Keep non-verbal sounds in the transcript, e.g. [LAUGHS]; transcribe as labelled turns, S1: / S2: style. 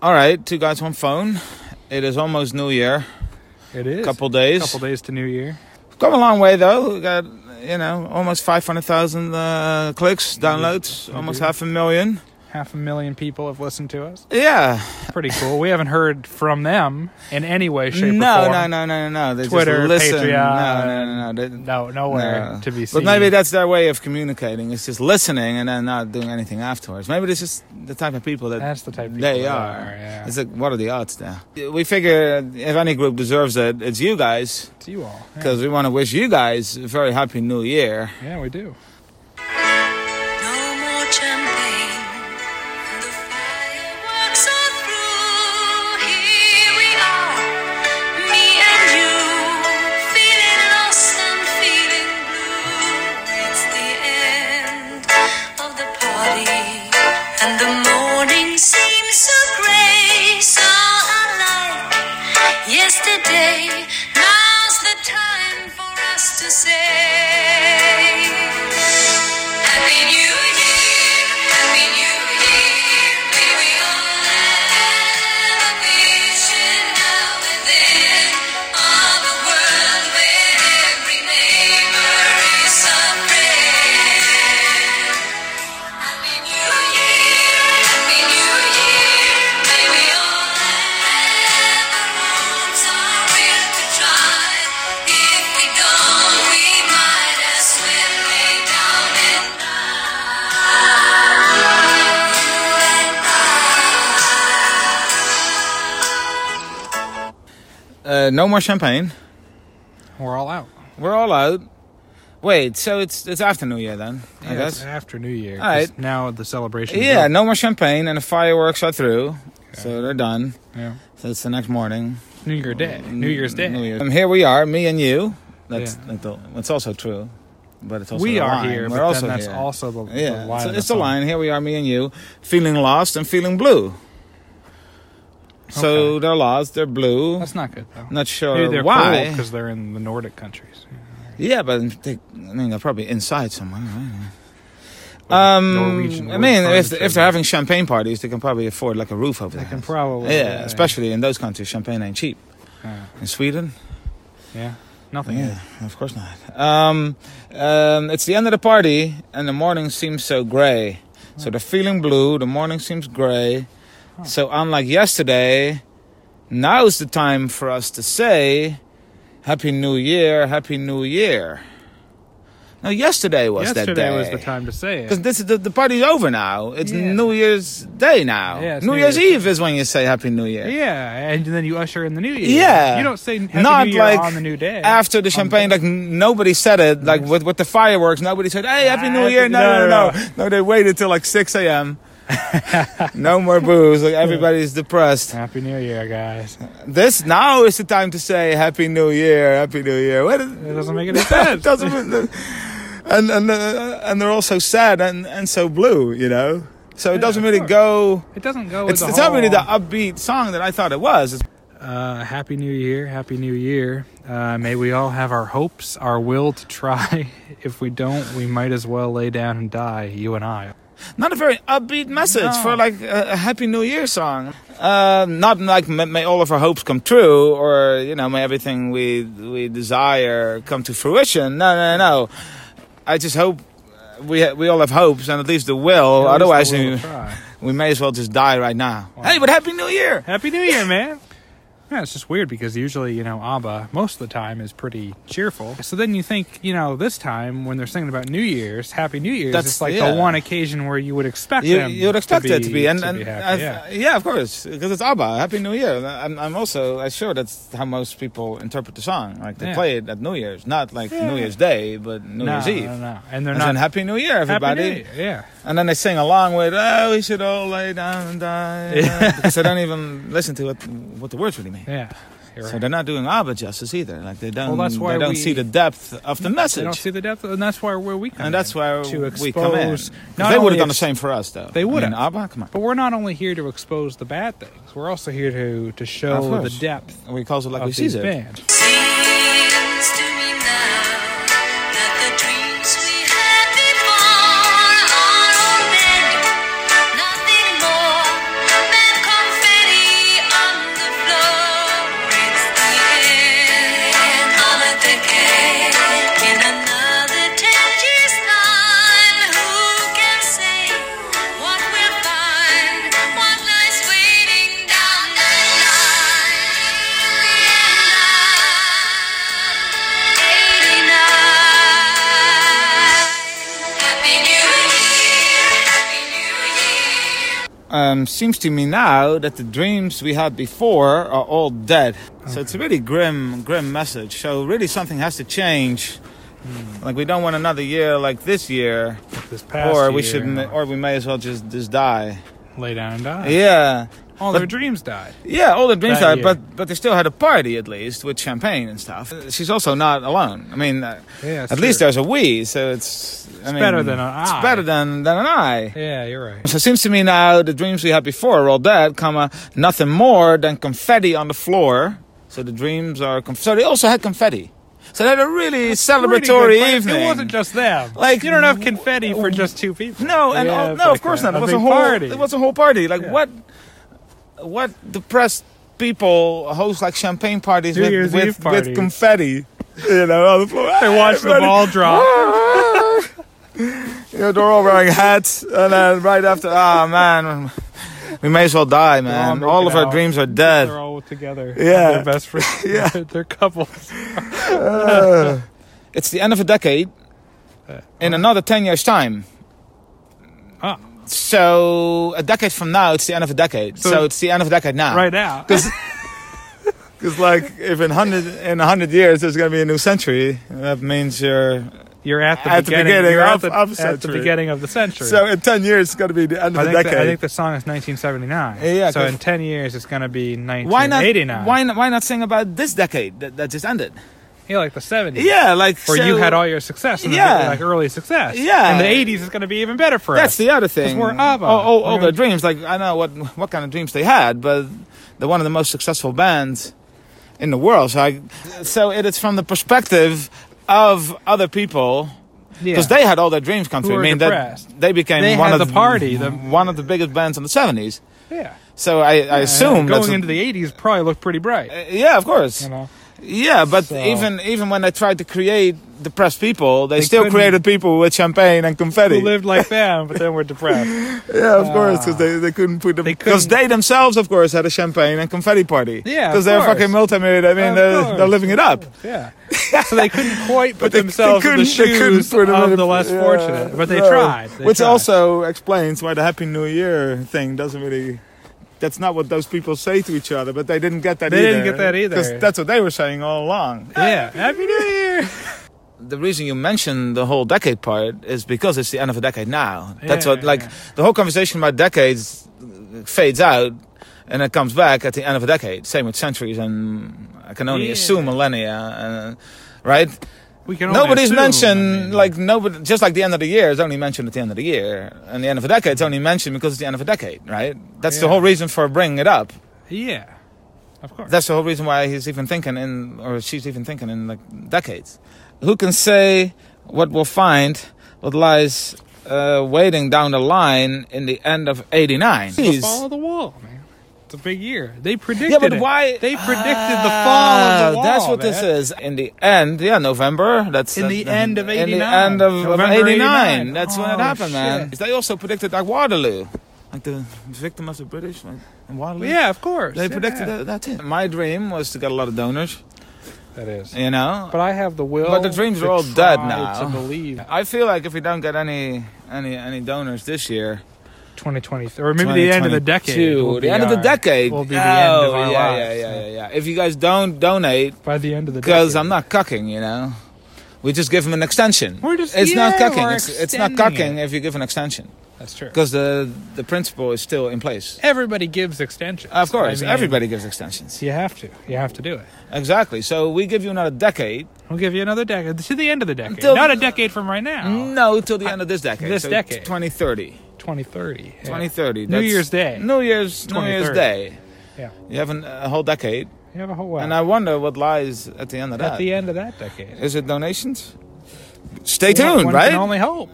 S1: All right, two guys, one phone. It is almost New Year.
S2: It is.
S1: Couple days.
S2: Couple days to New Year.
S1: We've come a long way though. We got you know almost five hundred thousand uh, clicks, downloads,
S2: Indeed.
S1: almost half a million.
S2: Half a million people have listened to us.
S1: Yeah.
S2: Pretty cool. we haven't heard from them in any way, shape,
S1: no,
S2: or form.
S1: no, no, no, no, no. They just
S2: Twitter,
S1: listen.
S2: Patreon.
S1: No, no, no, no. They-
S2: No, nowhere
S1: No.
S2: to be
S1: But
S2: seen.
S1: maybe that's their way of communicating. It's just listening and then not doing anything afterwards. Maybe this is the type of people that
S2: That's the type of people
S1: they
S2: that
S1: are.
S2: yeah.
S1: It's like, what are the odds there? We figure if any group deserves it, it's you guys,
S2: It's you all. Yeah.
S1: because we want to wish you guys a very happy new year.
S2: Yeah, we do.
S3: No more champagne. The fireworks are through. Here we are, me and you, feeling lost and feeling blue. It's the end of the party, and the morning seems so grey, so unlike yesterday. Now's the time for us to say. Happy New Year, Happy New Year. May we all have a vision now and then of a world where every neighbor is a friend. Happy New Year, Happy New Year. May we all have our homes are real to try. If we don't, we might as well lay down and
S1: Uh, no more champagne.
S2: We're all out.
S1: We're all out. Wait, so it's it's after New Year then? I
S2: Yeah, it's
S1: guess.
S2: after New Year.
S1: All right.
S2: 'cause Now the celebration. is
S1: Yeah,
S2: over.
S1: no more champagne, and the fireworks are through, so they're done.
S2: Yeah.
S1: So it's the next morning.
S2: New Year Day. New Year's Day.
S1: Mm, New Year. Um, here we are, me and you. That's
S2: Yeah.
S1: like the, that's also true, but it's also
S2: We
S1: the
S2: are
S1: line.
S2: here,
S1: We're
S2: but
S1: also
S2: then that's
S1: here.
S2: also the, the
S1: yeah.
S2: line.
S1: so
S2: of
S1: it's the
S2: song.
S1: line. Here we are, me and you, feeling lost and feeling blue. So
S2: Okay.
S1: they're lost, they're blue.
S2: That's not good though.
S1: not
S2: Maybe
S1: sure
S2: they're
S1: why.
S2: because they're in the Nordic countries.
S1: yeah, but they, I mean they're probably inside somewhere. Right? Um,
S2: Um, Norwegian.
S1: I mean,
S2: wood
S1: if,
S2: furniture.
S1: if they're having champagne parties, they can probably afford like a roof over
S2: they
S1: there.
S2: can probably.
S1: yeah, especially in those countries, champagne ain't cheap.
S2: Yeah.
S1: In Sweden,
S2: Uh, Yeah. Nothing.
S1: Yeah, of course not. Um, um, it's the end of the party, and the morning seems so gray. So they're feeling blue. The morning seems gray. So unlike yesterday, now's the time for us to say, "Happy New Year! Happy New Year!" Now, yesterday was that
S2: Yesterday
S1: day.
S2: was the time to say
S1: Because
S2: it.
S1: this is the, the party's over now. It's
S2: Yeah.
S1: New Year's Day now.
S2: Yeah, it's
S1: New,
S2: New
S1: Year's,
S2: Year's
S1: Eve is when you say Happy New Year.
S2: Yeah, and then you usher in the new year.
S1: Yeah.
S2: You don't say Happy
S1: Not
S2: New Year
S1: like
S2: on the new day.
S1: after the champagne, like n- nobody said it. Like
S2: Yes.
S1: with, with the fireworks, nobody said, "Hey, Happy
S2: Ah,
S1: New
S2: happy-
S1: Year!" No, no,
S2: no,
S1: no, no.
S2: no.
S1: No, they waited till like six
S2: [LAUGHS]
S1: a.m. no more booze. Like everybody's depressed.
S2: Happy New Year,
S1: [LAUGHS]
S2: guys.
S1: This now is the time to say Happy New Year, Happy New Year. What?
S2: It doesn't
S1: [LAUGHS]
S2: make any sense.
S1: doesn't. And and uh, and they're all so sad and and so blue, you know. So it doesn't
S2: of
S1: really
S2: course.
S1: go.
S2: It doesn't go with
S1: It's,
S2: the
S1: it's not really the
S2: whole,
S1: upbeat song that I thought it was. It's
S2: Uh, Happy New Year, Happy New Year. Uh, may we all have our hopes, our will to try. [LAUGHS] if we don't, we might as well lay down and die, you and I.
S1: not a very upbeat message
S2: No.
S1: for like a, a happy new year song uh, not like may, may all of our hopes come true or you know may everything we we desire come to fruition no no no i just hope uh, we ha- we all have hopes and at least the will
S2: At least
S1: otherwise
S2: the will
S1: we,
S2: to try.
S1: we may as well just die right now hey but happy new year
S2: Happy New Year, man. Yeah, it's just weird because usually, you know, ABBA most of the time is pretty cheerful. So then you think, you know, this time when they're singing about New Year's, Happy New Year's,
S1: That's-
S2: it's like
S1: yeah.
S2: the one occasion where you would expect
S1: you,
S2: them
S1: you would expect
S2: to be,
S1: it to be, and, and
S2: happy,
S1: I-
S2: yeah.
S1: of course, because it's ABBA. Happy New Year. I'm, I'm also I'm sure that's how most people interpret the song. Like they
S2: Yeah.
S1: play it at New Year's, not like
S2: Yeah.
S1: New Year's Day, but New
S2: no,
S1: Year's Eve.
S2: no, no. and they're
S1: And
S2: not
S1: then Happy New Year,
S2: Happy
S1: everybody.
S2: New Year, Yeah,
S1: And then they sing along with "Oh, we should all lay down and die," [LAUGHS]
S2: Yeah.
S1: because they don't even listen to what what the words really mean.
S2: yeah.
S1: So
S2: You're right.
S1: they're not doing ABBA justice either. Like they don't,
S2: Well, that's why
S1: they don't
S2: we-
S1: see the depth of the
S2: They don't
S1: message,
S2: see the depth, and that's why where we come.
S1: and that's
S2: in,
S1: where
S2: to
S1: we
S2: expose.
S1: come in. 'Cause
S2: not
S1: They would have
S2: only
S1: done the
S2: ex-
S1: same for us, though.
S2: They would
S1: I mean,
S2: have.
S1: ABBA, come on.
S2: But we're not only here to expose the bad things. We're also here to to
S1: Of
S2: show the
S1: course.
S2: depth
S1: We calls it like
S2: of
S1: we
S2: these
S1: sees it.
S2: bands.
S3: Seems to me now that the dreams we had before are all nothing more than confetti
S1: um, seems to me now that the dreams we had before are all dead. So it's a really grim, grim message. So really, something has to change. Like we don't want another year like this year,
S2: This Hmm. past
S1: or
S2: year,
S1: we should, ma- or we may as well just just die.
S2: lay down and die.
S1: Yeah,
S2: All
S1: but-
S2: their dreams died.
S1: yeah, all the dreams died,
S2: That year.
S1: but but they still had a party at least with champagne and stuff. Uh, She's also not alone. I mean, uh,
S2: Yeah,
S1: at least there's a we, so it's. I mean,
S2: better than an
S1: It's
S2: I.
S1: better than than an I.
S2: Yeah, you're right.
S1: So it seems to me now the dreams we had before are all dead, comma, nothing more than confetti on the floor. So the dreams are conf- so they also had confetti. So they had a really
S2: Pretty
S1: celebratory
S2: good plan.
S1: evening.
S2: It wasn't just them.
S1: Like-
S2: Like you don't have confetti for just two people.
S1: no, and
S2: Yeah,
S1: all-
S2: it's
S1: no,
S2: like
S1: of course
S2: a-
S1: not. It
S2: a
S1: was a
S2: big
S1: whole
S2: party.
S1: it was a whole party. Like
S2: Yeah.
S1: what what depressed people host like champagne parties
S2: New
S1: with
S2: Year's
S1: with,
S2: Eve
S1: with
S2: parties.
S1: confetti. You know, on the floor.
S2: They watched the [LAUGHS] ball drop.
S1: [LAUGHS] You know, they're all wearing hats, and then right after, ah man, we may as well die, man.
S2: making
S1: All of our
S2: out.
S1: dreams are dead.
S2: They're all together.
S1: [LAUGHS] Yeah.
S2: they're best friends.
S1: [LAUGHS] Yeah.
S2: they're, [LAUGHS] they're couples.
S1: It's the end of a decade
S2: Uh,
S1: in another 10 years' time.
S2: Ah.
S1: So, a decade from now, it's the end of a decade. So,
S2: So-
S1: it's the end of a decade now. [LAUGHS]
S2: Right now,
S1: Because, like, if in 100, in 100 years there's going to be a new century, that means you're.
S2: you're at the
S1: At the
S2: beginning.
S1: beginning
S2: you're
S1: of-
S2: at, the,
S1: of
S2: at the
S1: century.
S2: beginning of the century.
S1: So, in 10 years, it's going to be the end of a
S2: I think,
S1: decade.
S2: the, I think the song is 1979.
S1: Yeah,
S2: so
S1: 'cause-
S2: in 10 years, it's going to be
S1: why not,
S2: 1989.
S1: why, not, why not sing about this decade that, that just ended?
S2: Yeah, like the 70s.
S1: Yeah, like.
S2: Where
S1: so-
S2: you had all your success. And
S1: Yeah.
S2: yeah. Like early success.
S1: Yeah.
S2: And the 80s is going to be even better for
S1: That's
S2: us.
S1: the other thing. Oh,
S2: we're ABBA.
S1: All, all, all
S2: We're-
S1: their dreams. Like I know what what kind of dreams they had, but they're one of the most successful bands in the world. So, I, so it is from the perspective of other people
S2: yeah.
S1: because they had all their dreams come
S2: Who
S1: true. I
S2: were
S1: mean,
S2: depressed.
S1: that they became
S2: They
S1: one
S2: had
S1: of
S2: the party, the-
S1: one of the biggest bands in the seventies.
S2: yeah.
S1: So I, I assume
S2: going
S1: that's a-
S2: into the 80s probably looked pretty bright.
S1: yeah, of course.
S2: You
S1: [LAUGHS]
S2: know?
S1: Yeah, but
S2: So-
S1: even even when they tried to create depressed people, they,
S2: They
S1: still
S2: couldn't-
S1: created people with champagne and confetti.
S2: Who lived like them, but then were
S1: [LAUGHS]
S2: depressed.
S1: Yeah, of course, 'cause course, because
S2: Ah.
S1: they, they couldn't put them
S2: They
S1: because
S2: couldn't-
S1: they themselves, of course, had a champagne and confetti party.
S2: Yeah, of
S1: because they're
S2: course.
S1: fucking multimillionaire. I mean,
S2: Of
S1: they're,
S2: course.
S1: they're living it up.
S2: Yeah. So they couldn't quite put
S1: they- they
S2: themselves in the
S1: couldn't- they couldn't
S2: shoes
S1: put them in
S2: of
S1: a-
S2: the less
S1: yeah,
S2: fortunate, but they
S1: no.
S2: tried. They
S1: Which
S2: tried.
S1: also explains why the Happy New Year thing doesn't really. That's not what those people say to each other, but they didn't get that
S2: They
S1: either.
S2: didn't get that either.
S1: Because that's what they were saying all along.
S2: Yeah. Happy New Year.
S1: The reason you mentioned the whole decade part is because it's the end of a decade now. that's
S2: Yeah,
S1: what, like,
S2: yeah.
S1: the whole conversation about decades fades out and it comes back at the end of a decade. Same with centuries, and I can only
S2: Yeah.
S1: assume millennia, uh, right?
S2: We can only
S1: Nobody's
S2: assume, I
S1: mentioned,
S2: mean.
S1: like, nobody, just like the end of the year is only mentioned at the end of the year, and the end of a decade is only mentioned because it's the end of a decade, right? That's the
S2: Yeah.
S1: whole reason for bringing it up.
S2: Yeah. Of course.
S1: That's the whole reason why he's even thinking in, or she's even thinking in like decades. Who can say what we'll find, what lies uh, waiting down the line in the end of '89?
S2: the fall of the wall, man. It's a big year. They predicted.
S1: Yeah, but
S2: it.
S1: why
S2: They predicted the fall of the
S1: Ah,
S2: wall.
S1: That's what
S2: man.
S1: this is. In the end, yeah, November. That's
S2: In the
S1: that-
S2: end of
S1: In the
S2: 89.
S1: end of, of
S2: November
S1: 89.
S2: 89.
S1: That's when it
S2: Oh,
S1: happened, man.
S2: shit.
S1: They also predicted like Waterloo, like the victim of the British, like in Waterloo.
S2: Yeah, of course.
S1: They
S2: yeah.
S1: predicted that, that's it. My dream was to get a lot of donors,
S2: That is.
S1: you know.
S2: But I have the will.
S1: But the dreams
S2: to
S1: are all dead
S2: try
S1: now.
S2: To believe
S1: I feel like if we don't get any any any donors this year,
S2: 2023, or maybe the end of the decade.
S1: 2022,
S2: will
S1: the
S2: be
S1: end of the
S2: our-
S1: decade
S2: Will be the end of
S1: Oh,
S2: our
S1: yeah,
S2: lives.
S1: Yeah, yeah, yeah, yeah. If you guys don't donate,
S2: By the end of the decade.
S1: because I'm not cucking, you know, we just give them an extension.
S2: We're just-
S1: it's not
S2: yeah,
S1: cucking.
S2: we're
S1: It's, it's not
S2: extending
S1: cucking if you give an extension
S2: That's true.
S1: because the the principle is still in place.
S2: Everybody gives extensions.
S1: Of course,
S2: I mean,
S1: everybody gives extensions.
S2: You have to. You have to do it.
S1: Exactly. So we give you another decade.
S2: We'll give you another decade to the end of the decade.
S1: Until- Mm.
S2: not a decade from right now.
S1: No, till the end of this decade.
S2: Oh. This
S1: so
S2: decade.
S1: 2030.
S2: 2030. yeah.
S1: 2030.
S2: New
S1: that's-
S2: Year's Day.
S1: New Year's New Year's
S2: 2030.
S1: Day.
S2: Yeah.
S1: You have an, a whole decade,
S2: You have a whole. Wow.
S1: and I wonder what lies at the end of
S2: at
S1: that.
S2: the end of that decade.
S1: Is it donations? Stay
S2: One-
S1: tuned,
S2: one
S1: right?
S2: Can only hope.